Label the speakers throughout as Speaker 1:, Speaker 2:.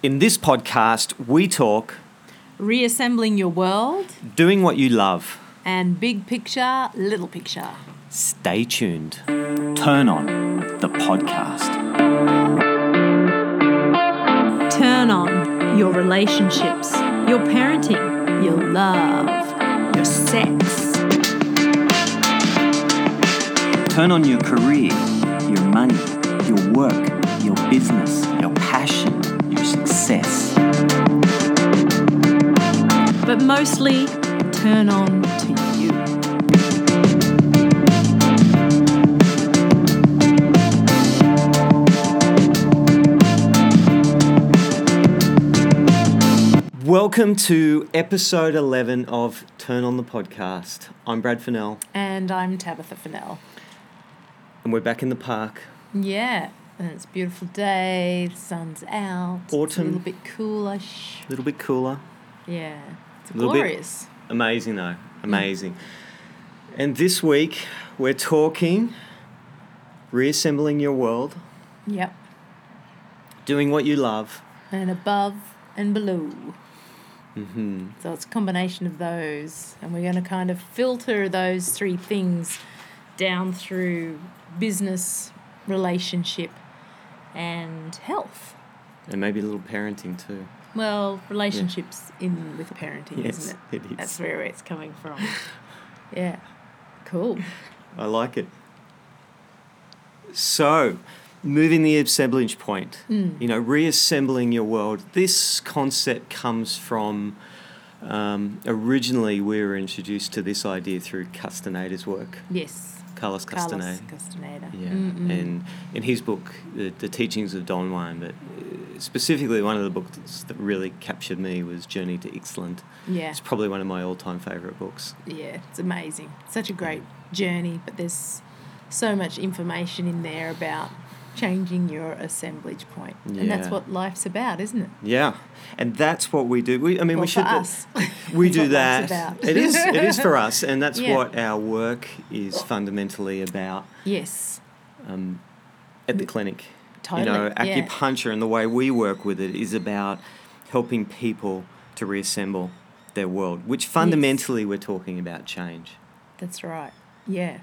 Speaker 1: In this podcast, we talk
Speaker 2: Reassembling Your World
Speaker 1: doing what you love.
Speaker 2: and Big Picture, Little Picture.
Speaker 1: Stay tuned. Turn on the podcast.
Speaker 2: Turn on your relationships, your parenting, your love, your sex.
Speaker 1: Turn on your career, your money, your work, your business, your passion, your success.
Speaker 2: But mostly, turn on to you.
Speaker 1: Welcome to episode 11 of Turn on the podcast. I'm Brad Fennell,
Speaker 2: And I'm Tabitha Fennell.
Speaker 1: and we're back in the park.
Speaker 2: Yeah, and it's a beautiful day, the sun's out. It's a
Speaker 1: Autumn.
Speaker 2: little bit coolish.
Speaker 1: A little bit cooler.
Speaker 2: Yeah, it's
Speaker 1: Little bit-
Speaker 2: glorious.
Speaker 1: Amazing, though. Amazing. And this week, we're talking reassembling your world,
Speaker 2: Yep,
Speaker 1: doing what you love.
Speaker 2: and above and below.
Speaker 1: Mm-hmm.
Speaker 2: So it's a combination of those, and we're going to kind of filter those three things down through business, relationship, and health.
Speaker 1: And maybe a little parenting too.
Speaker 2: Well, relationships in with parenting,
Speaker 1: Yes,
Speaker 2: isn't it?
Speaker 1: it is.
Speaker 2: That's where it's coming from. yeah, cool.
Speaker 1: I like it. So, moving the assemblage point, you know, reassembling your world. This concept comes from um, originally we were introduced to this idea through Castaneda's work,
Speaker 2: Yes,
Speaker 1: Carlos Castaneda.
Speaker 2: Carlos Castaneda.
Speaker 1: Yeah,
Speaker 2: Mm-mm.
Speaker 1: and in his book, the, the teachings of Don Juan, but uh, specifically one of the books that really captured me was Journey to Ixtland.
Speaker 2: yeah,
Speaker 1: It's probably one of my all-time favorite books.
Speaker 2: yeah, it's amazing. Such a great journey, but there's so much information in there about changing your assemblage point. And that's
Speaker 1: Yeah.
Speaker 2: what life's about, isn't it?
Speaker 1: Yeah, and that's what we do. We, I mean, we
Speaker 2: Well, for
Speaker 1: should.
Speaker 2: us.
Speaker 1: We
Speaker 2: That's
Speaker 1: do
Speaker 2: what life's
Speaker 1: that.
Speaker 2: about.
Speaker 1: It is. It is for us, and that's
Speaker 2: Yeah.
Speaker 1: what our work is fundamentally about
Speaker 2: Yes,
Speaker 1: um, at the clinic.
Speaker 2: totally.
Speaker 1: You know,
Speaker 2: yeah.
Speaker 1: acupuncture and the way we work with it is about helping people to reassemble their world, which fundamentally we're talking about change.
Speaker 2: That's right. Yeah.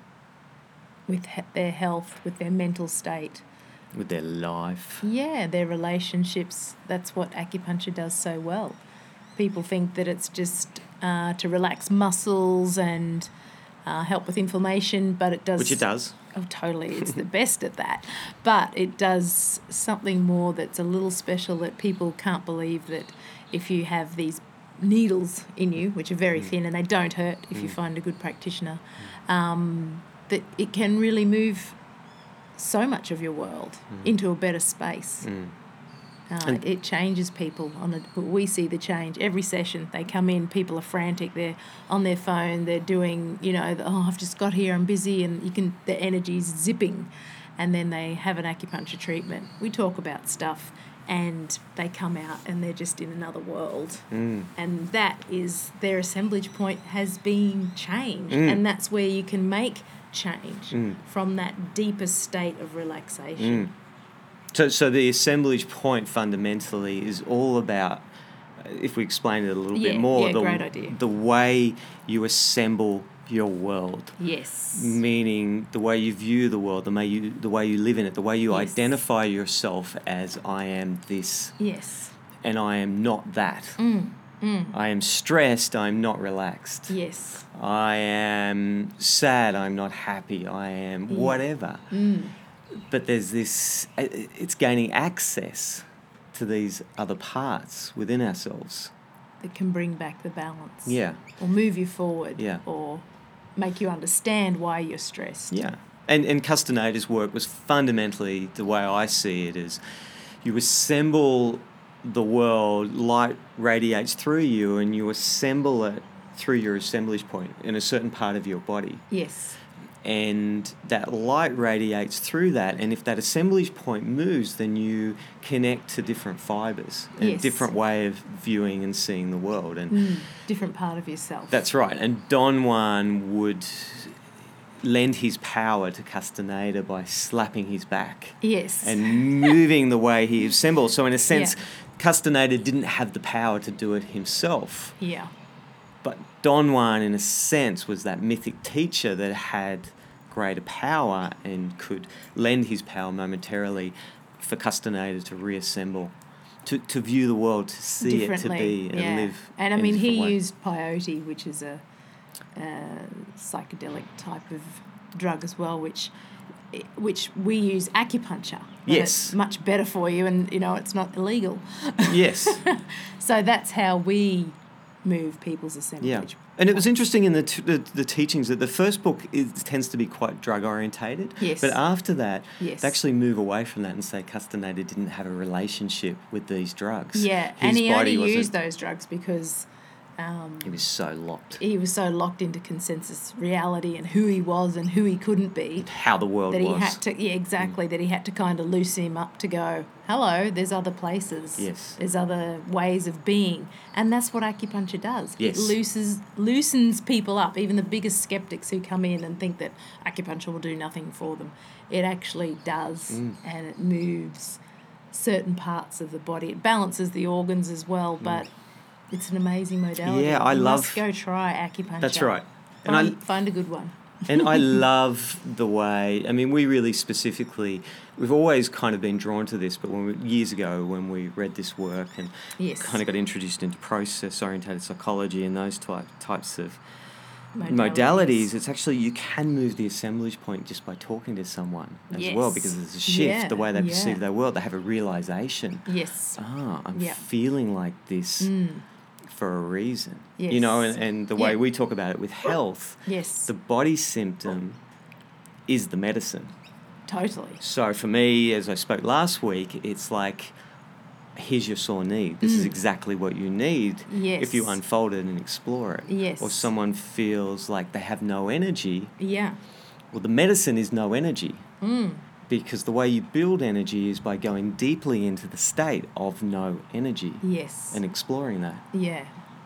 Speaker 2: With he- their health, with their mental state.
Speaker 1: with their life.
Speaker 2: Yeah, their relationships. That's what acupuncture does so well. People think that it's just uh, to relax muscles and uh, help with inflammation, but it does.
Speaker 1: Which it does.
Speaker 2: Oh, totally. It's the best at that. But it does something more that's a little special that people can't believe that if you have these needles in you, which are very thin and they don't hurt if you find a good practitioner, um, that it can really move so much of your world into a better space. Uh, it changes people on a, we see the change every session they come in people are frantic they're on their phone they're doing you know the, oh i've just got here i'm busy and you can their energy's zipping and then they have an acupuncture treatment we talk about stuff and they come out and they're just in another world and that is their assemblage point has been changed and that's where you can make change from that deeper state of
Speaker 1: Mm.
Speaker 2: relaxation
Speaker 1: So, so the assemblage point fundamentally is all about, uh, if we explain it a little bit
Speaker 2: Yeah,
Speaker 1: more,
Speaker 2: yeah,
Speaker 1: the,
Speaker 2: great idea.
Speaker 1: the way you assemble your world.
Speaker 2: yes
Speaker 1: Mm. Meaning the way you view the world, the way you the way you live in it, the way you
Speaker 2: Yes.
Speaker 1: identify yourself as I am this
Speaker 2: yes
Speaker 1: and I am not that. I am stressed, I'm not relaxed.
Speaker 2: yes
Speaker 1: I am sad, I'm not happy, I am whatever. But there's this, i- i- it's gaining access to these other parts within ourselves.
Speaker 2: that can bring back the balance.
Speaker 1: Yeah,
Speaker 2: Or move you forward.
Speaker 1: Yeah.
Speaker 2: Or make you understand why you're stressed.
Speaker 1: yeah. And, and Castaneda's work was fundamentally, the way I see it, is you assemble the world, light radiates through you, and you assemble it through your assemblage point in a certain part of your body.
Speaker 2: Yes.
Speaker 1: and that light radiates through that and if that assemblage point moves then you connect to different fibers and
Speaker 2: Yes.
Speaker 1: a different way of viewing and seeing the world and
Speaker 2: Mm. Different part of yourself.
Speaker 1: that's right and don juan would lend his power to castaneda by slapping his back
Speaker 2: Yes.
Speaker 1: and moving the way he assembles so in a sense Castaneda didn't have the power to do it himself.
Speaker 2: Yeah.
Speaker 1: But Don Juan, in a sense, was that mythic teacher that had greater power and could lend his power momentarily for Castaneda to reassemble, to, to view the world, to see it, to be, and
Speaker 2: yeah.
Speaker 1: live.
Speaker 2: And I
Speaker 1: in a
Speaker 2: mean,
Speaker 1: different
Speaker 2: he
Speaker 1: way.
Speaker 2: used peyote, which is a, a psychedelic type of drug as well, which which we use acupuncture. and
Speaker 1: Yes.
Speaker 2: it's much better for you, and you know it's not illegal.
Speaker 1: Yes.
Speaker 2: So that's how we move people's
Speaker 1: Yeah.
Speaker 2: assemblage.
Speaker 1: And it was interesting in the, t- the, the teachings that the first book is, tends to be quite drug orientated.
Speaker 2: Yes.
Speaker 1: But after that,
Speaker 2: Yes.
Speaker 1: they actually move away from that and say Castaneda didn't have a relationship with these drugs.
Speaker 2: Yeah,
Speaker 1: His
Speaker 2: and he only
Speaker 1: body wasn't-
Speaker 2: used those drugs because um,
Speaker 1: He was so locked.
Speaker 2: he was so locked into consensus reality and who he was and who he couldn't be
Speaker 1: How the world
Speaker 2: that he
Speaker 1: was. Mm.
Speaker 2: had to yeah exactly that he had to kind of loosen him up to go hello there's other places
Speaker 1: Yes.
Speaker 2: there's other ways of being and that's what acupuncture does
Speaker 1: Yes.
Speaker 2: it loosens loosens people up even the biggest skeptics who come in and think that acupuncture will do nothing for them it actually does
Speaker 1: Mm.
Speaker 2: and it moves certain parts of the body it balances the organs as well but it's an amazing modality
Speaker 1: Mm. Yeah, I
Speaker 2: You
Speaker 1: love-
Speaker 2: must go try acupuncture
Speaker 1: That's right. And
Speaker 2: find,
Speaker 1: I-
Speaker 2: find a good one
Speaker 1: and I love the way. I mean, we really specifically, we've always kind of been drawn to this. But when we, years ago, when we read this work and
Speaker 2: Yes.
Speaker 1: kind of got introduced into process oriented psychology and those type, types of modalities, it's actually you can move the assemblage point just by talking to someone as well
Speaker 2: Yes.
Speaker 1: because there's a shift the
Speaker 2: Yeah,
Speaker 1: way they perceive
Speaker 2: yeah.
Speaker 1: their world. They have a realization.
Speaker 2: yes
Speaker 1: Ah, I'm
Speaker 2: Yeah. Mm.
Speaker 1: feeling like this for a reason. You
Speaker 2: Yes.
Speaker 1: know, and, and the way
Speaker 2: Yeah.
Speaker 1: we talk about it with health,
Speaker 2: Yes,
Speaker 1: the body symptom is the medicine.
Speaker 2: totally.
Speaker 1: So for me, as I spoke last week, it's like, here's your sore knee. This is exactly what you need if you
Speaker 2: Mm. Yes.
Speaker 1: unfold it and explore it.
Speaker 2: Yes.
Speaker 1: Or someone feels like they have no energy.
Speaker 2: Yeah,
Speaker 1: Well, the medicine is no energy. Mm. Because the way you build energy is by going deeply into the state of no energy
Speaker 2: yes.
Speaker 1: and exploring that.
Speaker 2: yeah,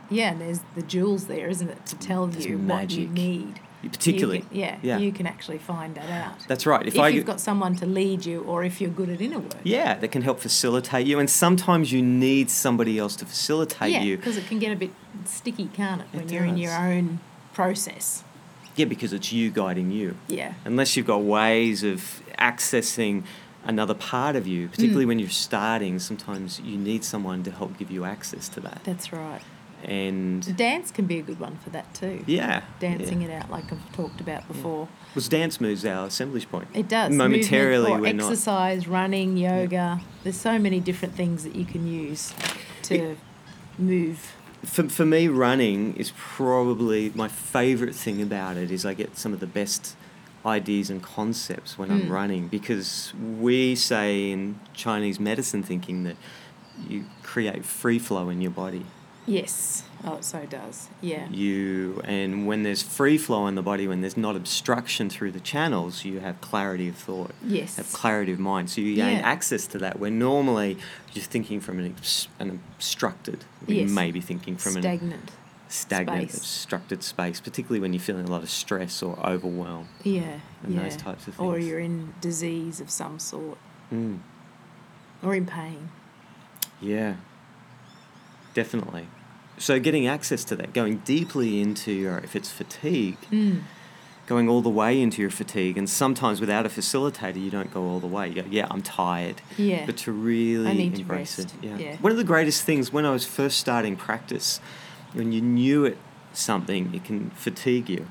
Speaker 2: yeah, and there's the jewels there, isn't it, to tell
Speaker 1: There's
Speaker 2: you what you
Speaker 1: magic.
Speaker 2: need. You
Speaker 1: Particularly.
Speaker 2: can- yeah,
Speaker 1: Yeah.
Speaker 2: you can actually find that out.
Speaker 1: That's right. If,
Speaker 2: if,
Speaker 1: I
Speaker 2: you've got someone to lead you or if you're good at inner work.
Speaker 1: Yeah, that can help facilitate you. And sometimes you need somebody else to facilitate
Speaker 2: yeah,
Speaker 1: you.
Speaker 2: because it can get a bit sticky, can't it, when
Speaker 1: It
Speaker 2: you're in
Speaker 1: does.
Speaker 2: your own process.
Speaker 1: Yeah, because it's you guiding you.
Speaker 2: Yeah.
Speaker 1: Unless you've got ways of accessing another part of you,
Speaker 2: Mm.
Speaker 1: particularly when you're starting, sometimes you need someone to help give you access to that.
Speaker 2: That's right.
Speaker 1: And
Speaker 2: Dance can be a good one for that too.
Speaker 1: yeah.
Speaker 2: Dancing
Speaker 1: yeah.
Speaker 2: it out like I've talked about before.
Speaker 1: Was dance moves our assemblage point?
Speaker 2: It does. Movement
Speaker 1: Momentarily,
Speaker 2: or
Speaker 1: we're not.
Speaker 2: exercise, running, yoga. There's so many different things that you can use to move.
Speaker 1: for, for me, running is probably my favourite thing about it is I get some of the best ideas and concepts when
Speaker 2: Hmm.
Speaker 1: I'm running because we say in Chinese medicine thinking that you create free flow in your body.
Speaker 2: Yes. Oh, it so does. Yeah.
Speaker 1: You and when there's free flow in the body, when there's not obstruction through the channels, you have clarity of thought.
Speaker 2: Yes.
Speaker 1: Have clarity of mind. So you gain
Speaker 2: Yeah.
Speaker 1: access to that where normally you're thinking from an, obs- an obstructed, you
Speaker 2: Yes.
Speaker 1: may be thinking from an
Speaker 2: Stagnant.
Speaker 1: stagnant,
Speaker 2: Space.
Speaker 1: obstructed space, particularly when you're feeling a lot of stress or overwhelm.
Speaker 2: Yeah.
Speaker 1: And
Speaker 2: yeah.
Speaker 1: those types of
Speaker 2: Or
Speaker 1: things. Hmm.
Speaker 2: you're in disease of some sort. Or in pain.
Speaker 1: Yeah, definitely. So getting access to that, going deeply into your, if it's fatigue,
Speaker 2: Hmm.
Speaker 1: going all the way into your fatigue, and sometimes without a facilitator, you don't go all the way. You go, yeah, I'm tired.
Speaker 2: Yeah.
Speaker 1: But to really
Speaker 2: I need to
Speaker 1: embrace
Speaker 2: rest.
Speaker 1: it. Yeah.
Speaker 2: Yeah.
Speaker 1: One of the greatest things when I was first starting practice, when you knew it something, it can fatigue you.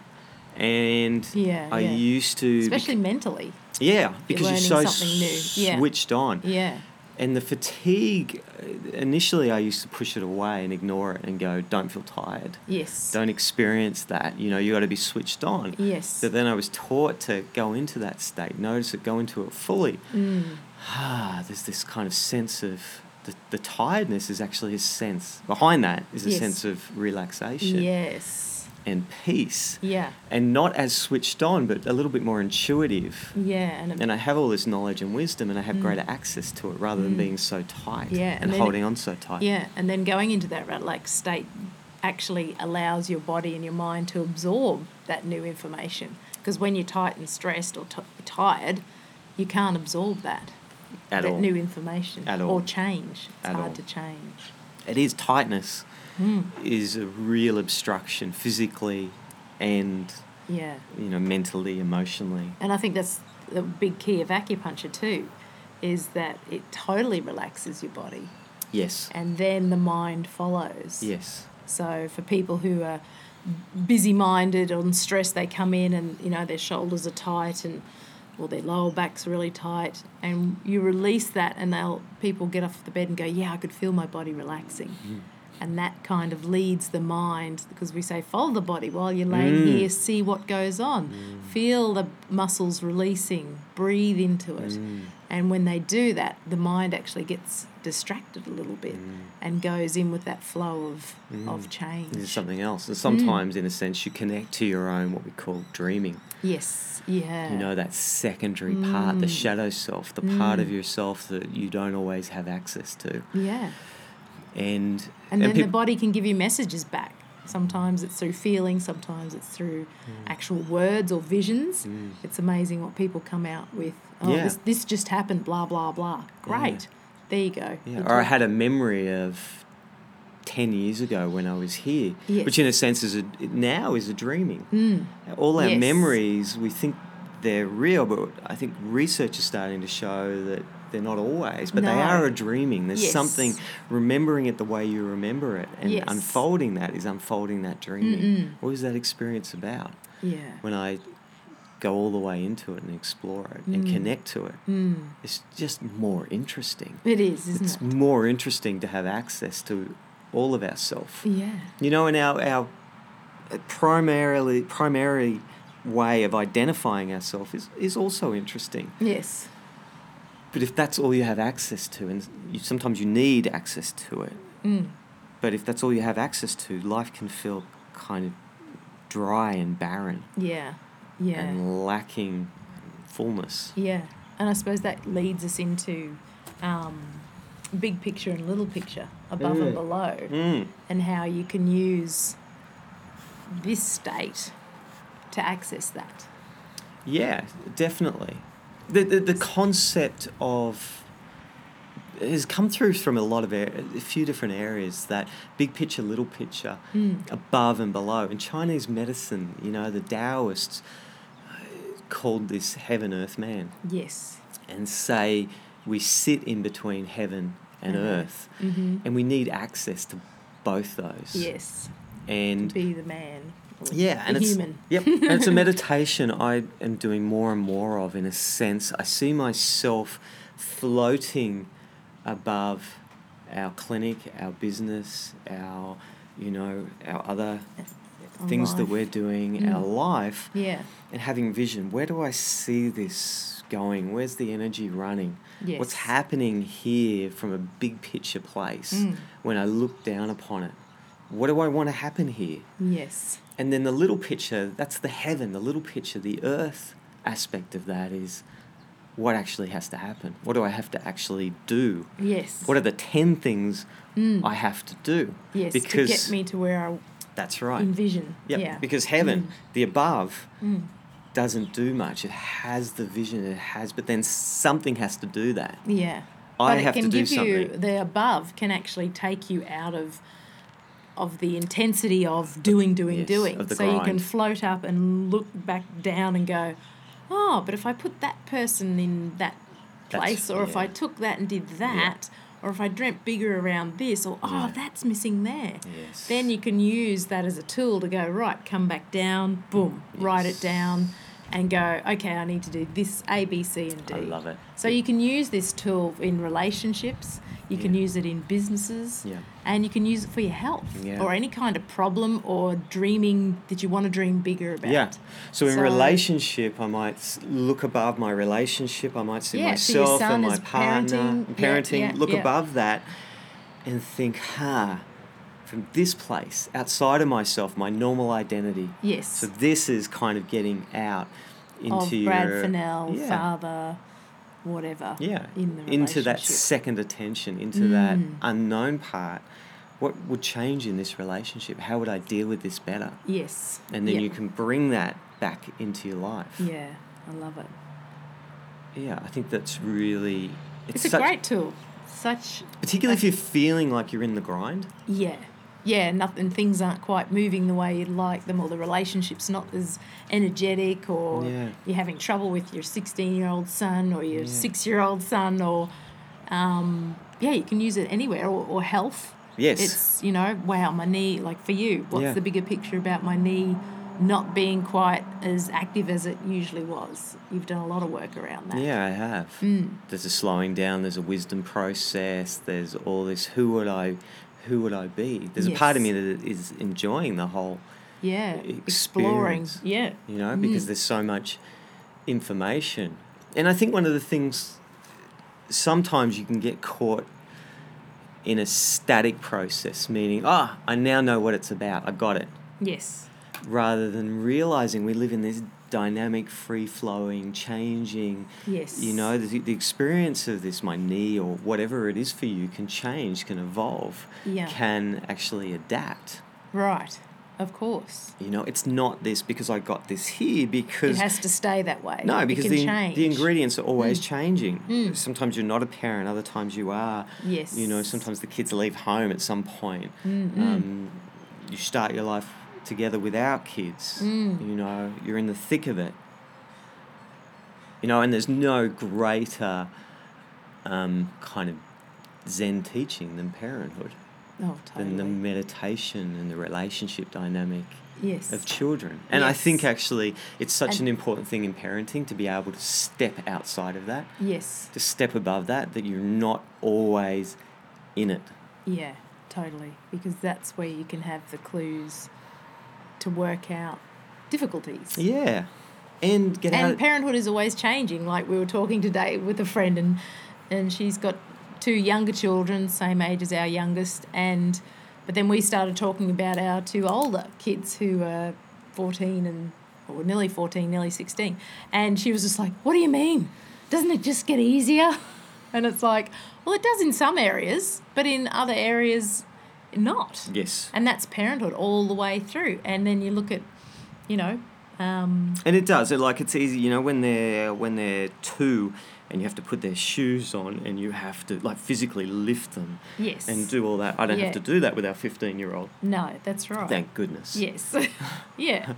Speaker 1: And
Speaker 2: Yeah,
Speaker 1: I
Speaker 2: yeah.
Speaker 1: used to
Speaker 2: Especially mentally.
Speaker 1: Yeah, because you're, so
Speaker 2: learning something new. Yeah.
Speaker 1: switched on.
Speaker 2: Yeah.
Speaker 1: And the fatigue, uh, initially I used to push it away and ignore it and go, don't feel tired.
Speaker 2: Yes.
Speaker 1: Don't experience that. You know, you got to be switched on.
Speaker 2: Yes.
Speaker 1: But then I was taught to go into that state, notice it, go into it fully.
Speaker 2: Mm. Hmm.
Speaker 1: Ah, there's this kind of sense of the, the tiredness is actually a sense. Behind that is a
Speaker 2: Yes.
Speaker 1: sense of relaxation
Speaker 2: Yes.
Speaker 1: and peace.
Speaker 2: Yeah.
Speaker 1: And not as switched on, but a little bit more intuitive
Speaker 2: Yeah. And, it,
Speaker 1: and I have all this knowledge and wisdom, and I have greater access to it rather than being so tight
Speaker 2: Mm. Yeah, and
Speaker 1: and,
Speaker 2: then-
Speaker 1: holding on so tight.
Speaker 2: yeah. And then going into that rat like state actually allows your body and your mind to absorb that new information. Because when you're tight and stressed or t- tired, you can't absorb that.
Speaker 1: at
Speaker 2: that
Speaker 1: all.
Speaker 2: new information
Speaker 1: At all.
Speaker 2: or change. It's
Speaker 1: At
Speaker 2: hard
Speaker 1: all.
Speaker 2: to change.
Speaker 1: It is tightness
Speaker 2: Mm.
Speaker 1: is a real obstruction physically and
Speaker 2: Yeah.
Speaker 1: you know mentally, emotionally.
Speaker 2: And I think that's the big key of acupuncture too, is that it totally relaxes your body
Speaker 1: Yes.
Speaker 2: and then the mind follows.
Speaker 1: Yes.
Speaker 2: So for people who are busy minded on stress, they come in and you know their shoulders are tight and or their lower back's really tight, and you release that, and they'll people get off the bed and go, yeah, I could feel my body relaxing. And that kind of leads the mind because we say, follow the body while you're laying
Speaker 1: Mm.
Speaker 2: here, see what goes on, feel the muscles releasing, breathe into
Speaker 1: Mm.
Speaker 2: it. And when they do that, the mind actually gets distracted a little bit
Speaker 1: Mm.
Speaker 2: and goes in with that flow of, of change.
Speaker 1: There's something else. And sometimes in a sense you connect to your own what we call dreaming.
Speaker 2: Yes, yeah. Mm.
Speaker 1: You know, that secondary part, the shadow self, the part of yourself that you don't always have access to.
Speaker 2: Yeah.
Speaker 1: And
Speaker 2: And, then the
Speaker 1: peop-
Speaker 2: body can give you messages back. Sometimes it's through feeling, sometimes it's through
Speaker 1: Mm.
Speaker 2: actual words or visions. It's amazing what people come out with. Oh,
Speaker 1: Yeah.
Speaker 2: this, this just happened, blah, blah, blah. Great. There you go.
Speaker 1: Yeah,
Speaker 2: You
Speaker 1: or I
Speaker 2: talk-
Speaker 1: had a memory of 10 years ago when I was here,
Speaker 2: Yes. Mm.
Speaker 1: which in a sense is a, now is a dreaming. All our
Speaker 2: Yes.
Speaker 1: memories, we think they're real, but I think research is starting to show that they're not always, but they
Speaker 2: No.
Speaker 1: are a dreaming. There's
Speaker 2: Yes.
Speaker 1: something, remembering it the way you remember it and
Speaker 2: Yes.
Speaker 1: unfolding that is unfolding that dreaming. What is that experience about
Speaker 2: Yeah.
Speaker 1: when I go all the way into it and explore it and connect to it?
Speaker 2: Mm.
Speaker 1: It's just more interesting
Speaker 2: It is, isn't
Speaker 1: it's
Speaker 2: it?
Speaker 1: more interesting to have access to all of ourself.
Speaker 2: Yeah.
Speaker 1: You know, and our, our uh, primarily primary way of identifying ourselves is, is also interesting.
Speaker 2: Mm. Yes.
Speaker 1: But if that's all you have access to, and you, sometimes you need access to it,
Speaker 2: Mm.
Speaker 1: but if that's all you have access to, life can feel kind of dry and barren
Speaker 2: Yeah. Yeah.
Speaker 1: and lacking fullness.
Speaker 2: Yeah, and I suppose that leads us into um, big picture and little picture, above
Speaker 1: Mm.
Speaker 2: and below,
Speaker 1: Mm.
Speaker 2: and how you can use this state to access that.
Speaker 1: Yeah, definitely. The, the, the concept of has come through from a lot of ar- a few different areas that big picture, little picture,
Speaker 2: Hmm.
Speaker 1: above and below. In Chinese medicine, you know, the Taoists uh, called this heaven, earth, man,
Speaker 2: Yes.
Speaker 1: and say we sit in between heaven and
Speaker 2: And
Speaker 1: earth,
Speaker 2: Mm-hmm.
Speaker 1: and we need access to both those.
Speaker 2: Yes.
Speaker 1: And
Speaker 2: Be the man. or
Speaker 1: yeah, and
Speaker 2: the
Speaker 1: it's
Speaker 2: human.
Speaker 1: yep, and it's a meditation I am doing more and more of. In a sense, I see myself floating above our clinic, our business, our you know our other
Speaker 2: Our
Speaker 1: things that
Speaker 2: life. Mm.
Speaker 1: we're doing, our life,
Speaker 2: Yeah.
Speaker 1: and having vision. Where do I see this going? Where's the energy running?
Speaker 2: Yes.
Speaker 1: What's happening here from a big picture place
Speaker 2: Mm.
Speaker 1: when I look down upon it? What do I want to happen here?
Speaker 2: Yes.
Speaker 1: And then the little picture, that's the heaven, the little picture, the earth aspect of that is what actually has to happen? What do I have to actually do?
Speaker 2: Yes.
Speaker 1: What are the 10 things I have to do?
Speaker 2: Mm. yes.
Speaker 1: because
Speaker 2: to get me to where I
Speaker 1: that's right.
Speaker 2: envision.
Speaker 1: Yep,
Speaker 2: Yeah. Hmm. Mm.
Speaker 1: Because heaven, the above, doesn't do much. It has the vision, it has, but then something has to do that.
Speaker 2: Yeah.
Speaker 1: I
Speaker 2: but
Speaker 1: have to
Speaker 2: it can
Speaker 1: do
Speaker 2: give you
Speaker 1: something.
Speaker 2: the above can actually take you out of of the intensity of doing, doing,
Speaker 1: yes,
Speaker 2: doing.
Speaker 1: of the
Speaker 2: so you can
Speaker 1: grind.
Speaker 2: float up and look back down and go, Oh, but if I put that person in that
Speaker 1: That's-
Speaker 2: place or if I
Speaker 1: yeah.
Speaker 2: took that and did that or if I dreamt bigger around this or oh
Speaker 1: Yeah.
Speaker 2: that's missing there.
Speaker 1: Yes.
Speaker 2: Then you can use that as a tool to go, right, come back down, boom, write it
Speaker 1: Yes.
Speaker 2: down and go, okay, I need to do this A, B, C and D.
Speaker 1: I love it.
Speaker 2: So you can use this tool in relationships, you can use it in businesses,
Speaker 1: Yeah.
Speaker 2: and you can use it for your health
Speaker 1: Yeah.
Speaker 2: or any kind of problem or dreaming that you want to dream bigger about.
Speaker 1: Yeah. So in
Speaker 2: So-
Speaker 1: relationship, I might s- look above my relationship. I might see
Speaker 2: Yeah, so your
Speaker 1: myself
Speaker 2: son
Speaker 1: and my
Speaker 2: is
Speaker 1: partner
Speaker 2: parenting. Yeah,
Speaker 1: parenting,
Speaker 2: yeah,
Speaker 1: look
Speaker 2: yeah.
Speaker 1: above that and think, ha, from this place, outside of myself, my normal identity.
Speaker 2: Yes.
Speaker 1: So this is kind of getting out into
Speaker 2: of Brad
Speaker 1: your
Speaker 2: Fennell,
Speaker 1: yeah,
Speaker 2: father, whatever.
Speaker 1: yeah,
Speaker 2: In the
Speaker 1: into that
Speaker 2: relationship. Mm.
Speaker 1: second attention, into that unknown part. What would change in this relationship? How would I deal with this better?
Speaker 2: Yes.
Speaker 1: And then
Speaker 2: yeah.
Speaker 1: you can bring that back into your life.
Speaker 2: Yeah, I love it.
Speaker 1: Yeah, I think that's really
Speaker 2: It's, a
Speaker 1: such-
Speaker 2: great tool. Such
Speaker 1: Particularly if you're feeling like you're in the grind.
Speaker 2: yeah. Yeah, nothing things aren't quite moving the way you'd like them or the relationship's not as energetic or
Speaker 1: Yeah.
Speaker 2: you're having trouble with your 16-year-old son or your 6-year-old son or um, yeah, you can use it anywhere or, or health.
Speaker 1: Yes.
Speaker 2: It's, you know, wow, my knee, like for you, what's
Speaker 1: Yeah.
Speaker 2: the bigger picture about my knee not being quite as active as it usually was? You've done a lot of work around that.
Speaker 1: Yeah, I have.
Speaker 2: Mm.
Speaker 1: There's a slowing down. There's a wisdom process. There's all this. Who would I? Who would I be? There's a part of me
Speaker 2: Yes.
Speaker 1: that is enjoying the whole.
Speaker 2: Yeah. Exploring.
Speaker 1: Experience.
Speaker 2: Yeah.
Speaker 1: You know, because there's so much information, and I think one of the things sometimes you can get caught in a static process, meaning ah, I now know what it's about. I got it.
Speaker 2: Yes.
Speaker 1: rather than realizing we live in this dynamic, free flowing, changing.
Speaker 2: Yes.
Speaker 1: You know, the, the experience of this, my knee or whatever it is for you, can change, can evolve,
Speaker 2: Yeah.
Speaker 1: can actually adapt.
Speaker 2: Right. Of course.
Speaker 1: You know, it's not this because I got this here
Speaker 2: It
Speaker 1: because.
Speaker 2: has to stay that way.
Speaker 1: no, because
Speaker 2: it can
Speaker 1: the,
Speaker 2: change. Mm.
Speaker 1: the ingredients are always changing. Sometimes you're not a parent, other times you are.
Speaker 2: Yes. Mm,
Speaker 1: You know, sometimes the kids leave home at some point. Um, you start your life together without kids.
Speaker 2: Mm.
Speaker 1: You know, you're in the thick of it. You know, and there's no greater um, kind of Zen teaching than parenthood,
Speaker 2: Oh,
Speaker 1: than the
Speaker 2: totally.
Speaker 1: meditation and the relationship dynamic
Speaker 2: Yes.
Speaker 1: of children. And I think
Speaker 2: Yes.
Speaker 1: actually it's such
Speaker 2: And-
Speaker 1: an important thing in parenting to be able to step outside of that,
Speaker 2: Yes.
Speaker 1: to step above that, that you're not always in it.
Speaker 2: Yeah. Totally. Because that's where you can have the clues to work out difficulties.
Speaker 1: Yeah. And get
Speaker 2: And
Speaker 1: out.
Speaker 2: parenthood is always changing. Like we were talking today with a friend, and and she's got two younger children, same age as our youngest, and but then we started talking about our two older kids who are fourteen and or nearly fourteen, nearly sixteen, and she was just like, "What do you mean? Doesn't it just get easier?" And it's like, well, it does in some areas, but in other areas, not.
Speaker 1: yes.
Speaker 2: And that's parenthood all the way through. And then you look at, you know, um,
Speaker 1: And it does. It like it's easy, you know, when they're when they're two and you have to put their shoes on and you have to like physically lift them
Speaker 2: yes.
Speaker 1: and do all that. I don't
Speaker 2: Yeah.
Speaker 1: have to do that with our 15-year-old.
Speaker 2: No, that's right.
Speaker 1: Thank goodness.
Speaker 2: Yes. yeah.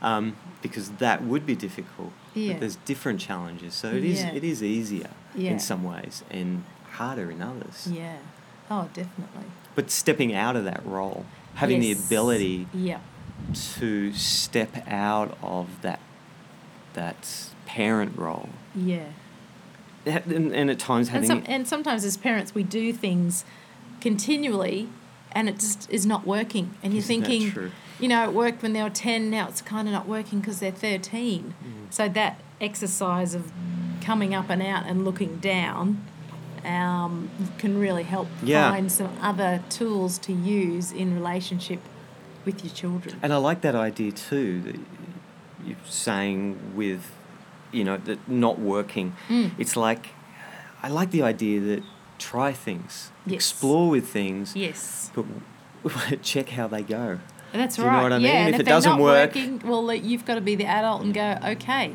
Speaker 1: Um, because that would be difficult.
Speaker 2: Yeah.
Speaker 1: But there's different challenges. So it is
Speaker 2: Yeah.
Speaker 1: it is easier
Speaker 2: Yeah.
Speaker 1: in some ways and harder in others.
Speaker 2: Yeah. Oh, definitely.
Speaker 1: But stepping out of that role, having the
Speaker 2: Yes.
Speaker 1: ability
Speaker 2: Yeah.
Speaker 1: to step out of that that parent role
Speaker 2: Yeah.
Speaker 1: Ha- and, and at times
Speaker 2: And
Speaker 1: having
Speaker 2: some, and sometimes as parents we do things continually and it just is not working and you're
Speaker 1: Isn't that
Speaker 2: thinking
Speaker 1: true?
Speaker 2: you know it worked when they were 10 now it's kind of not working because they're 13
Speaker 1: Mm.
Speaker 2: so that exercise of coming up and out and looking down um, can really help
Speaker 1: Yeah.
Speaker 2: find some other tools to use in relationship with your children
Speaker 1: and I like that idea too that you're saying with you know that not working
Speaker 2: Mm.
Speaker 1: it's like I like the idea that try things
Speaker 2: Yes.
Speaker 1: explore with things
Speaker 2: yes
Speaker 1: but check how they go
Speaker 2: That's
Speaker 1: Do you know
Speaker 2: right.
Speaker 1: what I mean?
Speaker 2: Yeah, and
Speaker 1: If
Speaker 2: if,
Speaker 1: it
Speaker 2: they're
Speaker 1: doesn't
Speaker 2: not
Speaker 1: work-
Speaker 2: working, well, like, you've got to be the adult and go, okay,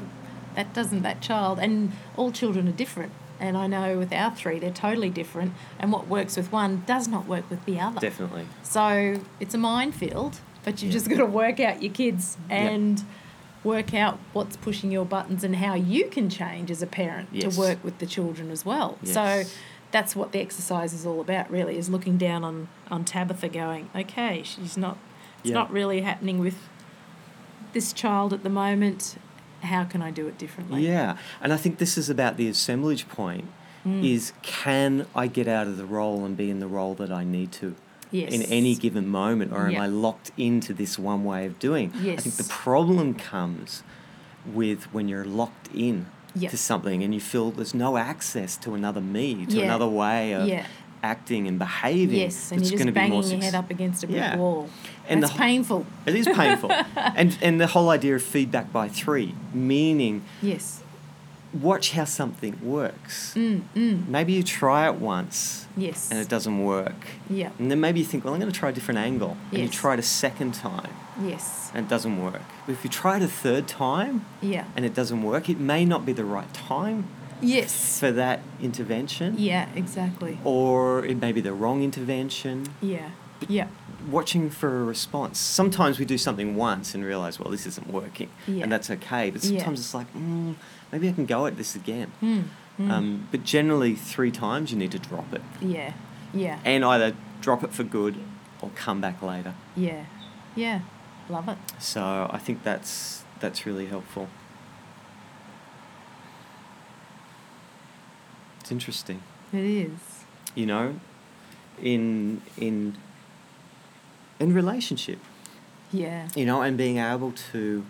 Speaker 2: that doesn't that child, and all children are different. And I know with our three, they're totally different, and what works with one does not work with the other.
Speaker 1: definitely
Speaker 2: So it's a minefield, but you've
Speaker 1: Yeah.
Speaker 2: just got to work out your kids and work out what's pushing your buttons and how you can change as a parent
Speaker 1: Yes.
Speaker 2: to work with the children as well. So
Speaker 1: Yes.
Speaker 2: that's what the exercise is all about, really, is looking down on, on Tabitha going, okay, she's not, it's
Speaker 1: Yeah.
Speaker 2: not really happening with this child at the moment. How can I do it differently?
Speaker 1: Yeah, and I think this is about the assemblage point.
Speaker 2: Mm.
Speaker 1: Is can I get out of the role and be in the role that I need to
Speaker 2: Yes.
Speaker 1: in any given moment, or am
Speaker 2: Yeah.
Speaker 1: I locked into this one way of doing? I think the
Speaker 2: Yes.
Speaker 1: problem comes with when you're locked in
Speaker 2: Yeah.
Speaker 1: to something and you feel there's no access to another me, to
Speaker 2: Yeah.
Speaker 1: another way of
Speaker 2: Yeah.
Speaker 1: acting and behaving.
Speaker 2: Yes, and
Speaker 1: that's
Speaker 2: you're
Speaker 1: gonna
Speaker 2: just
Speaker 1: be more
Speaker 2: banging your
Speaker 1: suc-
Speaker 2: head up against a brick
Speaker 1: Yeah.
Speaker 2: wall.
Speaker 1: And the
Speaker 2: That's
Speaker 1: whole-
Speaker 2: painful.
Speaker 1: It is painful, and and the whole idea of feedback by three, meaning
Speaker 2: Yes,
Speaker 1: watch how something works.
Speaker 2: Mm.
Speaker 1: Maybe you try it once
Speaker 2: yes.
Speaker 1: and it doesn't work.
Speaker 2: Yeah,
Speaker 1: And then maybe you think, well, I'm going to try a different angle. And you
Speaker 2: Yes.
Speaker 1: try it a second time
Speaker 2: yes,
Speaker 1: and it doesn't work. But if you try it a third time
Speaker 2: yeah.
Speaker 1: and it doesn't work, it may not be the right time.
Speaker 2: Yes.
Speaker 1: for that intervention,
Speaker 2: Yeah, exactly.
Speaker 1: or it may be the wrong intervention.
Speaker 2: Yeah. Yeah.
Speaker 1: Watching for a response. Sometimes we do something once and realize, well, this isn't working,
Speaker 2: Yeah.
Speaker 1: and that's okay. But
Speaker 2: Yeah.
Speaker 1: sometimes it's like, mm, maybe I can go at this again.
Speaker 2: Mm. Mm.
Speaker 1: Um, but generally, three times you need to drop it,
Speaker 2: yeah. Yeah.
Speaker 1: and either drop it for good or come back later.
Speaker 2: Yeah. Yeah. Love it.
Speaker 1: So I think that's that's really helpful. It's interesting,
Speaker 2: It is.
Speaker 1: you know, in in in relationship,
Speaker 2: Yeah.
Speaker 1: you know, and being able to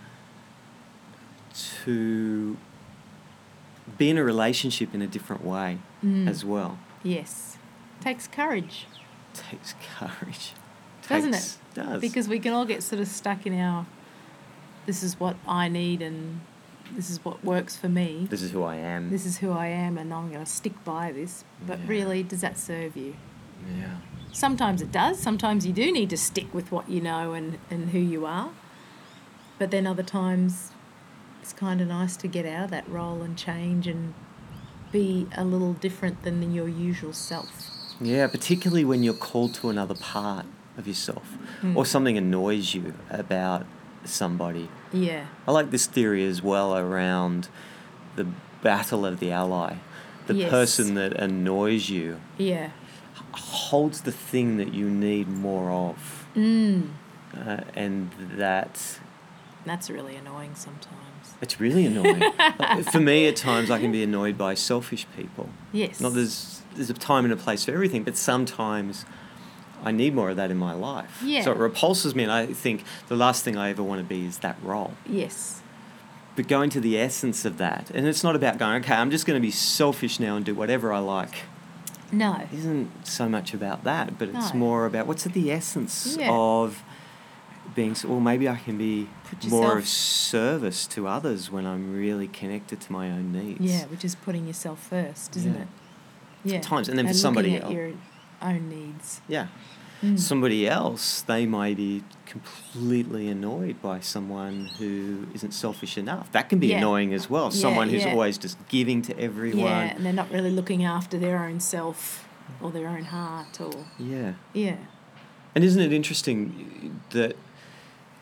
Speaker 1: to be in a relationship in a different way
Speaker 2: Mm.
Speaker 1: as well
Speaker 2: Yes. Takes courage,
Speaker 1: takes courage.
Speaker 2: Doesn't it?
Speaker 1: Takes- Does
Speaker 2: because we can all get sort of stuck in our this is what I need and this is what works for me.
Speaker 1: this is who I am.
Speaker 2: This is who I am and I'm going to stick by this. But
Speaker 1: Yeah.
Speaker 2: really, does that serve you?
Speaker 1: yeah.
Speaker 2: Sometimes it does. Sometimes you do need to stick with what you know and, and who you are. But then other times it's kind of nice to get out of that role and change and be a little different than your usual self.
Speaker 1: Yeah, particularly when you're called to another part of yourself or something annoys you about somebody.
Speaker 2: Yeah.
Speaker 1: I like this theory as well around the battle of the ally. The
Speaker 2: Yes.
Speaker 1: person that annoys you
Speaker 2: Yeah.
Speaker 1: holds the thing that you need more of.
Speaker 2: Mm.
Speaker 1: Uh, and that
Speaker 2: That's really annoying sometimes.
Speaker 1: it's really annoying. Like, For me, at times, I can be annoyed by selfish people.
Speaker 2: Yes.
Speaker 1: Not there's there's a time and a place for everything, but sometimes I need more of that in my life.
Speaker 2: Yeah.
Speaker 1: So it repulses me, and I think the last thing I ever want to be is that role.
Speaker 2: Yes.
Speaker 1: But going to the essence of that, and it's not about going, okay, I'm just going to be selfish now and do whatever I like.
Speaker 2: No.
Speaker 1: Isn't so much about that, but it's
Speaker 2: No.
Speaker 1: more about what's at the essence
Speaker 2: Yeah.
Speaker 1: of being. s- Well, maybe I can be
Speaker 2: Put
Speaker 1: more
Speaker 2: yourself-
Speaker 1: of service to others when I'm really connected to my own needs.
Speaker 2: Yeah, which is putting yourself first, isn't
Speaker 1: Yeah.
Speaker 2: it? Yeah.
Speaker 1: Times, and then for
Speaker 2: looking
Speaker 1: somebody
Speaker 2: at
Speaker 1: else.
Speaker 2: your own needs.
Speaker 1: Yeah.
Speaker 2: Mm.
Speaker 1: somebody else, they may be completely annoyed by someone who isn't selfish enough. That can be
Speaker 2: Yeah.
Speaker 1: annoying as well.
Speaker 2: Yeah,
Speaker 1: Someone who's
Speaker 2: yeah.
Speaker 1: always just giving to everyone.
Speaker 2: Yeah,
Speaker 1: Yeah.
Speaker 2: and they're not really looking after their own self or their own heart or yeah.
Speaker 1: And isn't it interesting that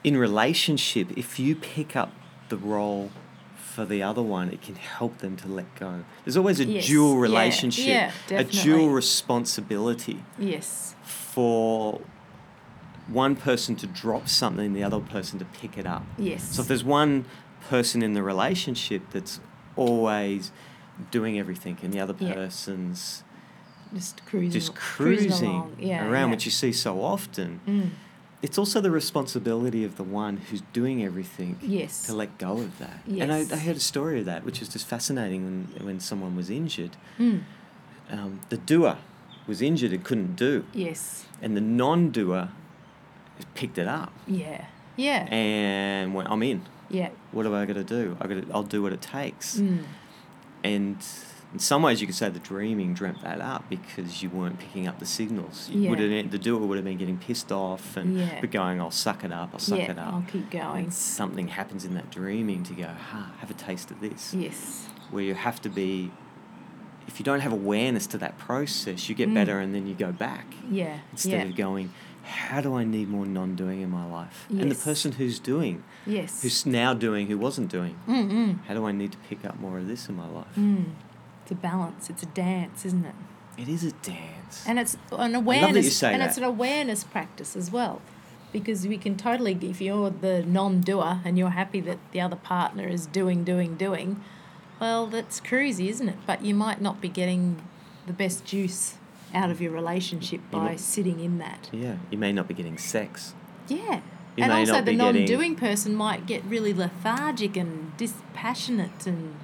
Speaker 1: in relationship, if you pick up the role for the other one, it can help them to let go. There's always a
Speaker 2: Yes,
Speaker 1: dual
Speaker 2: yeah,
Speaker 1: relationship,
Speaker 2: yeah,
Speaker 1: a
Speaker 2: definitely.
Speaker 1: dual responsibility.
Speaker 2: Yes.
Speaker 1: for one person to drop something, the other person to pick it up.
Speaker 2: Yes.
Speaker 1: So if there's one person in the relationship that's always doing everything, and the other
Speaker 2: Yeah.
Speaker 1: person's
Speaker 2: just cruising.
Speaker 1: just
Speaker 2: cruising,
Speaker 1: cruising,
Speaker 2: along. Yeah,
Speaker 1: around,
Speaker 2: yeah.
Speaker 1: which you see so often,
Speaker 2: Mm.
Speaker 1: it's also the responsibility of the one who's doing everything
Speaker 2: Yes.
Speaker 1: to let go of that. And
Speaker 2: Yes.
Speaker 1: I, I heard a story of that, which was just fascinating when, when someone was injured.
Speaker 2: Mm.
Speaker 1: Um, the doer was injured and couldn't do,
Speaker 2: Yes.
Speaker 1: and the non doer picked it up.
Speaker 2: Yeah. Yeah.
Speaker 1: and went, I'm in.
Speaker 2: yeah.
Speaker 1: What do I got to do? I got to, I'll do what it takes.
Speaker 2: Mm.
Speaker 1: And in some ways, you could say the dreaming dreamt that up because you weren't picking up the signals. You
Speaker 2: Yeah.
Speaker 1: would have the doer would have been getting pissed off and
Speaker 2: Yeah.
Speaker 1: but going, I'll suck it up. I'll suck
Speaker 2: yeah.
Speaker 1: it up.
Speaker 2: I'll keep going.
Speaker 1: And something happens in that dreaming to go, ha, have a taste of this.
Speaker 2: Yes.
Speaker 1: Where you have to be. If you don't have awareness to that process, you get
Speaker 2: Mm.
Speaker 1: better and then you go back
Speaker 2: Yeah.
Speaker 1: instead
Speaker 2: yeah.
Speaker 1: of going, how do I need more non doing in my life? And the
Speaker 2: Yes.
Speaker 1: person who's doing
Speaker 2: yes.
Speaker 1: who's now doing who wasn't doing.
Speaker 2: mm mm.
Speaker 1: How do I need to pick up more of this in my life?
Speaker 2: Mm. It's a balance. It's a dance, isn't it?
Speaker 1: It is a dance.
Speaker 2: And it's an
Speaker 1: you
Speaker 2: awareness,
Speaker 1: say
Speaker 2: and
Speaker 1: that.
Speaker 2: it's an awareness practice as well, because we can totally. If you're the non-doer and you're happy that the other partner is doing, doing, doing, well, that's cruisy, isn't it? But you might not be getting the best juice out of your relationship
Speaker 1: You
Speaker 2: by
Speaker 1: know-
Speaker 2: sitting in that.
Speaker 1: yeah, you may not be getting sex.
Speaker 2: Yeah.
Speaker 1: You
Speaker 2: and
Speaker 1: may
Speaker 2: also,
Speaker 1: not
Speaker 2: the
Speaker 1: be getting-
Speaker 2: non-doing person might get really lethargic and dispassionate and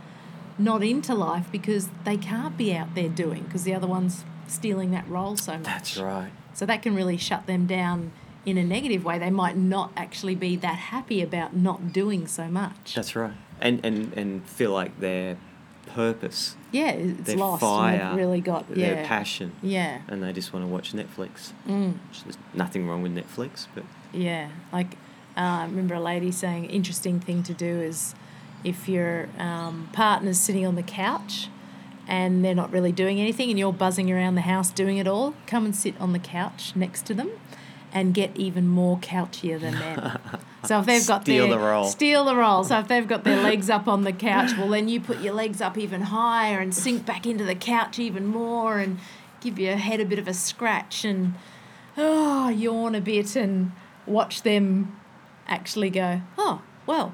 Speaker 2: not into life because they can't be out there doing because the other one's stealing that role so much.
Speaker 1: right.
Speaker 2: So that can really shut them down in a negative way. They might not actually be that happy about not doing so much.
Speaker 1: That's right. And and and feel like their purpose,
Speaker 2: yeah, it's
Speaker 1: their
Speaker 2: lost.
Speaker 1: fire,
Speaker 2: and they've really got yeah,
Speaker 1: their passion,
Speaker 2: Yeah,
Speaker 1: and they just want to watch Netflix.
Speaker 2: mm,
Speaker 1: Which There's nothing wrong with Netflix, but
Speaker 2: yeah. Like uh, I remember a lady saying, interesting thing to do is if your um, partner's sitting on the couch and they're not really doing anything and you're buzzing around the house doing it all, come and sit on the couch next to them and get even more couchier than them. So if they've got
Speaker 1: Steal
Speaker 2: their
Speaker 1: the role.
Speaker 2: steal the roll. So if they've got their legs up on the couch, well then you put your legs up even higher and sink back into the couch even more and give your head a bit of a scratch and oh, yawn a bit and watch them actually go, oh, well,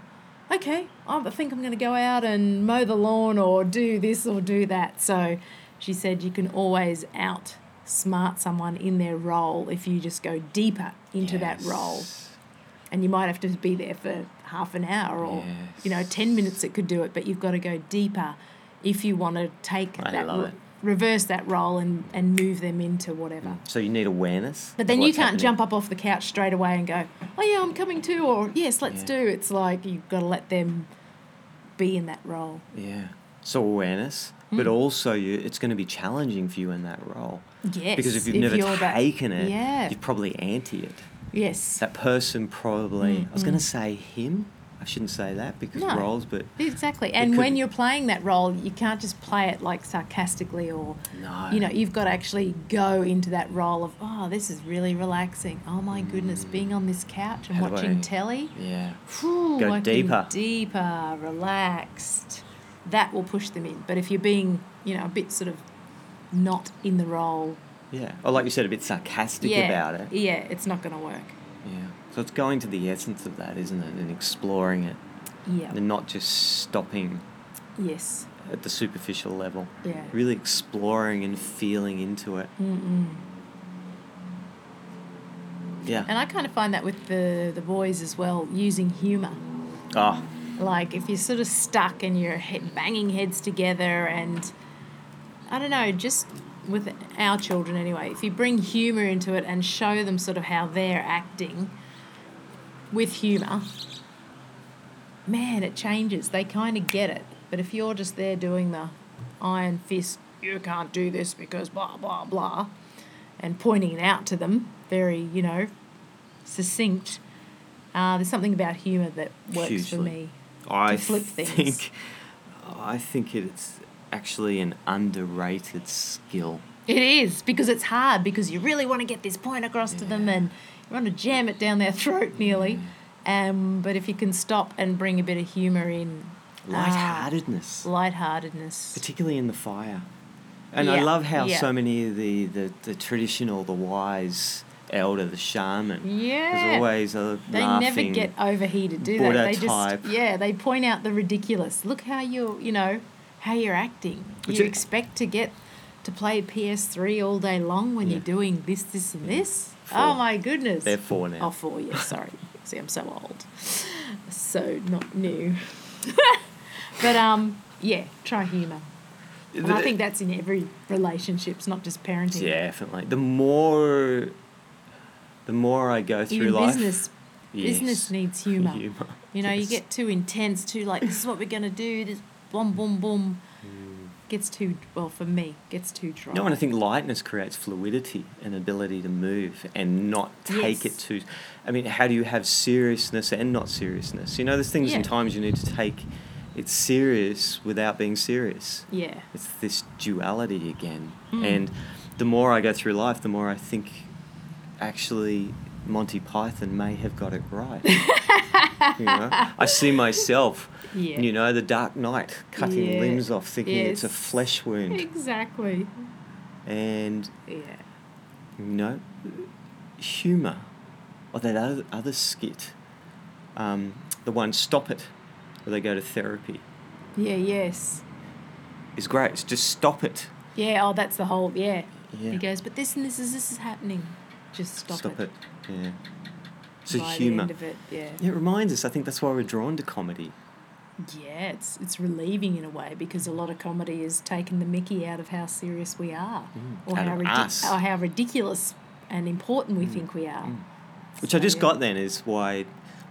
Speaker 2: okay, I think I'm going to go out and mow the lawn or do this or do that. So she said you can always outsmart someone in their role if you just go deeper into that role.
Speaker 1: Yes.
Speaker 2: And you might have to be there for half an hour or, you know,
Speaker 1: Yes.
Speaker 2: 10 minutes it could do it, but you've got to go deeper if you want to take
Speaker 1: I
Speaker 2: that,
Speaker 1: love
Speaker 2: ro-
Speaker 1: it.
Speaker 2: reverse that role and, and move them into whatever.
Speaker 1: Mm. So you need awareness.
Speaker 2: But then you can't jump up off the couch straight away and go, oh, yeah, I'm coming too, or yes, let's
Speaker 1: Yeah.
Speaker 2: do. It's like you've got to let them be in that role.
Speaker 1: Yeah. So awareness, but
Speaker 2: Hmm.
Speaker 1: also you, it's going to be challenging for you in that role.
Speaker 2: Yes.
Speaker 1: Because if you've
Speaker 2: you're
Speaker 1: never
Speaker 2: that-
Speaker 1: taken it,
Speaker 2: Yeah.
Speaker 1: you've probably anti it.
Speaker 2: Yes.
Speaker 1: That person probably, I was going to say him. I shouldn't say that because
Speaker 2: No.
Speaker 1: roles, but
Speaker 2: Exactly. And
Speaker 1: could-
Speaker 2: when you're playing that role, you can't just play it like sarcastically or,
Speaker 1: no.
Speaker 2: you know, you've got to actually go into that role of, oh, this is really relaxing. Oh, my goodness, being on this couch and
Speaker 1: Mm. How do
Speaker 2: watching
Speaker 1: I-
Speaker 2: telly.
Speaker 1: Yeah.
Speaker 2: Whew,
Speaker 1: Go
Speaker 2: I can
Speaker 1: deeper.
Speaker 2: Deeper, relaxed. That will push them in. But if you're being, you know, a bit sort of not in the role,
Speaker 1: Yeah. Or like you said, a bit sarcastic
Speaker 2: yeah,
Speaker 1: about it.
Speaker 2: yeah, it's not going to work.
Speaker 1: Yeah. So it's going to the essence of that, isn't it? And exploring it
Speaker 2: Yeah.
Speaker 1: and not just stopping
Speaker 2: Yes.
Speaker 1: at the superficial level.
Speaker 2: Yeah.
Speaker 1: Really exploring and feeling into it.
Speaker 2: Mm-mm.
Speaker 1: Yeah.
Speaker 2: And I kind of find that with the the boys as well, using humour.
Speaker 1: oh,
Speaker 2: Like if you're sort of stuck and you're he- banging heads together, and I don't know, just with our children anyway, if you bring humour into it and show them sort of how they're acting with humour, man, it changes. They kind of get it. But if you're just there doing the iron fist, you can't do this because blah, blah, blah, and pointing it out to them, very, you know, succinct, uh, there's something about humour that works for
Speaker 1: Hugely.
Speaker 2: me.
Speaker 1: I
Speaker 2: flip things.
Speaker 1: think I think it's actually an underrated skill.
Speaker 2: It is because it's hard because you really want to get this point across to them
Speaker 1: Yeah.
Speaker 2: and you want to jam it down their throat nearly.
Speaker 1: Mm.
Speaker 2: Um, but if you can stop and bring a bit of humour in, ah,
Speaker 1: Lightheartedness,
Speaker 2: lightheartedness.
Speaker 1: particularly in the fire. And I
Speaker 2: Yeah,
Speaker 1: love how
Speaker 2: yeah.
Speaker 1: so many of the, the, the traditional, the wise elder, the shaman,
Speaker 2: Yeah.
Speaker 1: there's always a
Speaker 2: They never
Speaker 1: laughing.
Speaker 2: get overheated, do
Speaker 1: Buddha
Speaker 2: they? They
Speaker 1: type.
Speaker 2: just yeah, they point out the ridiculous. Look how you're, you know, how you're acting.
Speaker 1: Which
Speaker 2: you
Speaker 1: it-
Speaker 2: expect to get to play PS3 all day long when you're
Speaker 1: Yeah.
Speaker 2: doing this, this, and this. Oh
Speaker 1: Four.
Speaker 2: my goodness!
Speaker 1: They're four now.
Speaker 2: Oh, four. Yeah, sorry. See, I'm so old, so not new. but um, yeah, try humour, and I
Speaker 1: The-
Speaker 2: think that's in every relationship, it's not just parenting.
Speaker 1: Yeah, definitely. The more, the more I go through
Speaker 2: Even
Speaker 1: life,
Speaker 2: business, business
Speaker 1: Yes.
Speaker 2: needs humour.
Speaker 1: Humour,
Speaker 2: You know, you
Speaker 1: yes.
Speaker 2: get too intense, too like this is what we're gonna do. This boom, boom, boom.
Speaker 1: Mm.
Speaker 2: Gets too well for me. Gets too dry.
Speaker 1: No, and I think lightness creates fluidity and ability to move and not take
Speaker 2: Yes.
Speaker 1: it too. I mean, how do you have seriousness and not seriousness? You know, there's things
Speaker 2: Yeah.
Speaker 1: and times you need to take it serious without being serious.
Speaker 2: yeah, Mm.
Speaker 1: It's this duality again. And the more I go through life, the more I think actually Monty Python may have got it right. you know? I see myself,
Speaker 2: Yeah.
Speaker 1: you know, the Dark Knight cutting
Speaker 2: Yeah.
Speaker 1: limbs off thinking it's a
Speaker 2: Yes.
Speaker 1: flesh wound.
Speaker 2: exactly.
Speaker 1: And
Speaker 2: Yeah,
Speaker 1: you know, humour, or that other, other skit, um, the one Stop It, where they go to therapy,
Speaker 2: yeah, yes,
Speaker 1: is great. It's just stop it.
Speaker 2: yeah. Oh, that's the whole. Yeah.
Speaker 1: Yeah.
Speaker 2: He goes, but this and this is this is happening. Just stop,
Speaker 1: Stop it.
Speaker 2: it.
Speaker 1: Yeah. So
Speaker 2: By The
Speaker 1: humour.
Speaker 2: end of it. Yeah.
Speaker 1: It reminds us, I think that's why we're drawn to comedy.
Speaker 2: Yeah, it's it's relieving in a way because a lot of comedy is taking the Mickey out of how serious we are, or
Speaker 1: Mm, out
Speaker 2: how
Speaker 1: of us.
Speaker 2: or how ridiculous and important we think we are.
Speaker 1: Mm. Which
Speaker 2: So,
Speaker 1: I just
Speaker 2: yeah.
Speaker 1: got then is why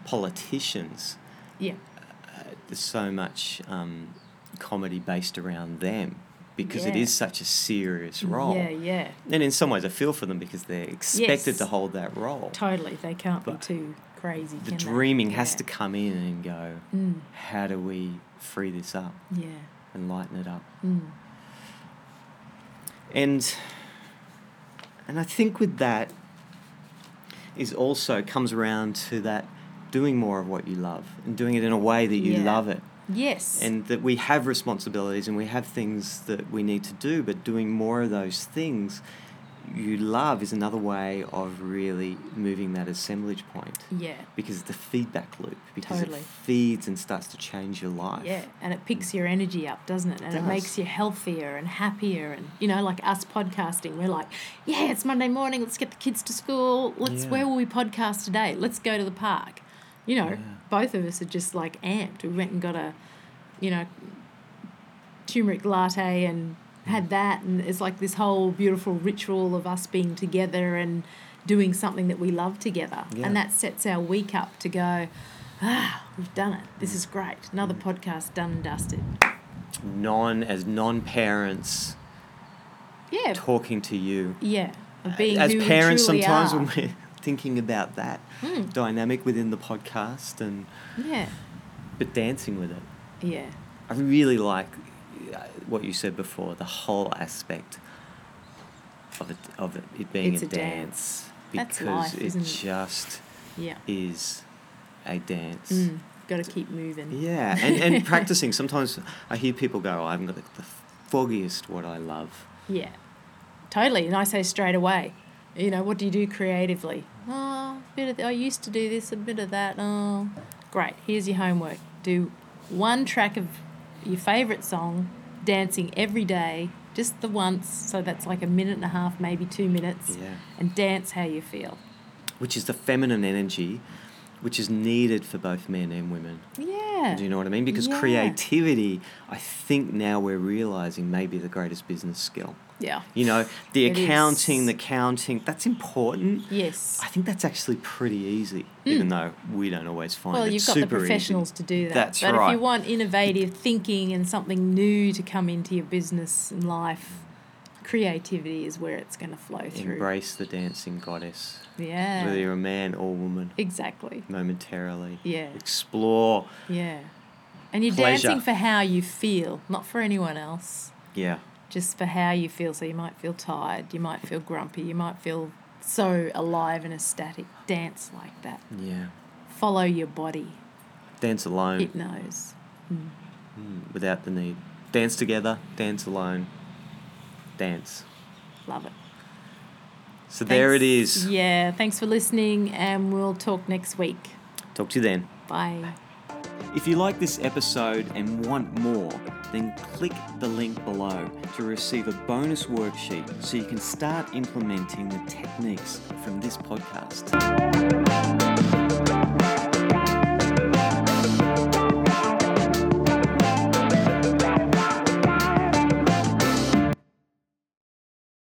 Speaker 1: politicians, uh,
Speaker 2: Yeah,
Speaker 1: there's so much um, comedy based around them because it
Speaker 2: Yeah.
Speaker 1: is such a serious role.
Speaker 2: yeah, yeah.
Speaker 1: And in some ways, I feel for them because they're expected
Speaker 2: Yes.
Speaker 1: to hold that role.
Speaker 2: Totally, they can't be
Speaker 1: But
Speaker 2: too crazy.
Speaker 1: the
Speaker 2: can they?
Speaker 1: dreaming has
Speaker 2: Yeah.
Speaker 1: to come in and go,
Speaker 2: Mm,
Speaker 1: how do we free this up
Speaker 2: yeah.
Speaker 1: and lighten it up?
Speaker 2: Mm.
Speaker 1: and and I think with that is also comes around to that doing more of what you love and doing it in a way that you
Speaker 2: Yeah.
Speaker 1: love it
Speaker 2: Yes.
Speaker 1: and that we have responsibilities and we have things that we need to do but doing more of those things you love is another way of really moving that assemblage point
Speaker 2: yeah.
Speaker 1: because the feedback loop because
Speaker 2: Totally.
Speaker 1: it feeds and starts to change your life
Speaker 2: Yeah, and it picks your energy up, doesn't it? And it,
Speaker 1: does.
Speaker 2: makes you healthier and happier. And you know, like us podcasting, we're like, yeah, it's Monday morning. Let's get the kids to school. Let's
Speaker 1: Yeah.
Speaker 2: where will we podcast today? Let's go to the park. You know,
Speaker 1: Yeah.
Speaker 2: both of us are just like amped. We went and got a, you know, turmeric latte and had that, and it's like this whole beautiful ritual of us being together and doing something that we love together,
Speaker 1: Yeah.
Speaker 2: and that sets our week up to go. Ah, we've done it. This is great. Another
Speaker 1: Mm.
Speaker 2: podcast done and dusted.
Speaker 1: non as non-parents
Speaker 2: Yeah.
Speaker 1: talking to you
Speaker 2: Yeah. Of being
Speaker 1: as
Speaker 2: who we
Speaker 1: parents
Speaker 2: truly
Speaker 1: sometimes
Speaker 2: are. Hmm.
Speaker 1: when we're thinking about that dynamic within the podcast and
Speaker 2: Yeah.
Speaker 1: but dancing with it
Speaker 2: Yeah.
Speaker 1: i really like uh, what you said before the whole aspect of it of it, it being
Speaker 2: It's
Speaker 1: a,
Speaker 2: a
Speaker 1: dance,
Speaker 2: dance.
Speaker 1: because
Speaker 2: That's life,
Speaker 1: it
Speaker 2: isn't it?
Speaker 1: just
Speaker 2: Yeah.
Speaker 1: is a dance
Speaker 2: Mm. Got to keep moving.
Speaker 1: yeah and, and practicing sometimes i hear people go "Oh, i haven't got the, the foggiest what i love
Speaker 2: Yeah. Totally. And I say straight away, you know, what do you do creatively? Oh, a bit of th- I used to do this, a bit of that. Oh, great. Here's your homework. Do one track of your favorite song, dancing every day, just the once. So that's like a minute and a half, maybe two minutes,
Speaker 1: yeah
Speaker 2: and dance how you feel.
Speaker 1: which is the feminine energy which is needed for both men and women
Speaker 2: Yeah.
Speaker 1: Do you know what I mean? Because
Speaker 2: Yeah.
Speaker 1: creativity, I think now we're realizing may be the greatest business skill.
Speaker 2: Yeah.
Speaker 1: You know, the
Speaker 2: It
Speaker 1: accounting,
Speaker 2: is.
Speaker 1: the counting, that's important.
Speaker 2: Yes. Hmm.
Speaker 1: I think that's actually pretty easy, even though we don't always find
Speaker 2: Well,
Speaker 1: it
Speaker 2: you've got
Speaker 1: super
Speaker 2: the professionals
Speaker 1: easy.
Speaker 2: to do that.
Speaker 1: That's
Speaker 2: but if
Speaker 1: right.
Speaker 2: you want innovative thinking and something new to come into your business and life, creativity is where it's going to flow through.
Speaker 1: Embrace the dancing goddess,
Speaker 2: Yeah.
Speaker 1: whether you're a man or woman,
Speaker 2: Exactly.
Speaker 1: momentarily.
Speaker 2: Yeah.
Speaker 1: Explore.
Speaker 2: Yeah. And you're
Speaker 1: Pleasure.
Speaker 2: dancing for how you feel, not for anyone else,
Speaker 1: Yeah.
Speaker 2: just for how you feel. So you might feel tired, you might feel grumpy, you might feel so alive and ecstatic. Dance like that.
Speaker 1: Yeah.
Speaker 2: Follow your body.
Speaker 1: Dance alone
Speaker 2: It knows.
Speaker 1: mm, without the need. Dance together, dance alone, dance.
Speaker 2: Love it.
Speaker 1: So there it
Speaker 2: Thanks.
Speaker 1: is.
Speaker 2: Yeah, thanks for listening, and we'll talk next week.
Speaker 1: Talk to you then.
Speaker 2: Bye.
Speaker 1: If you like this episode and want more, then click the link below to receive a bonus worksheet so you can start implementing the techniques from this podcast.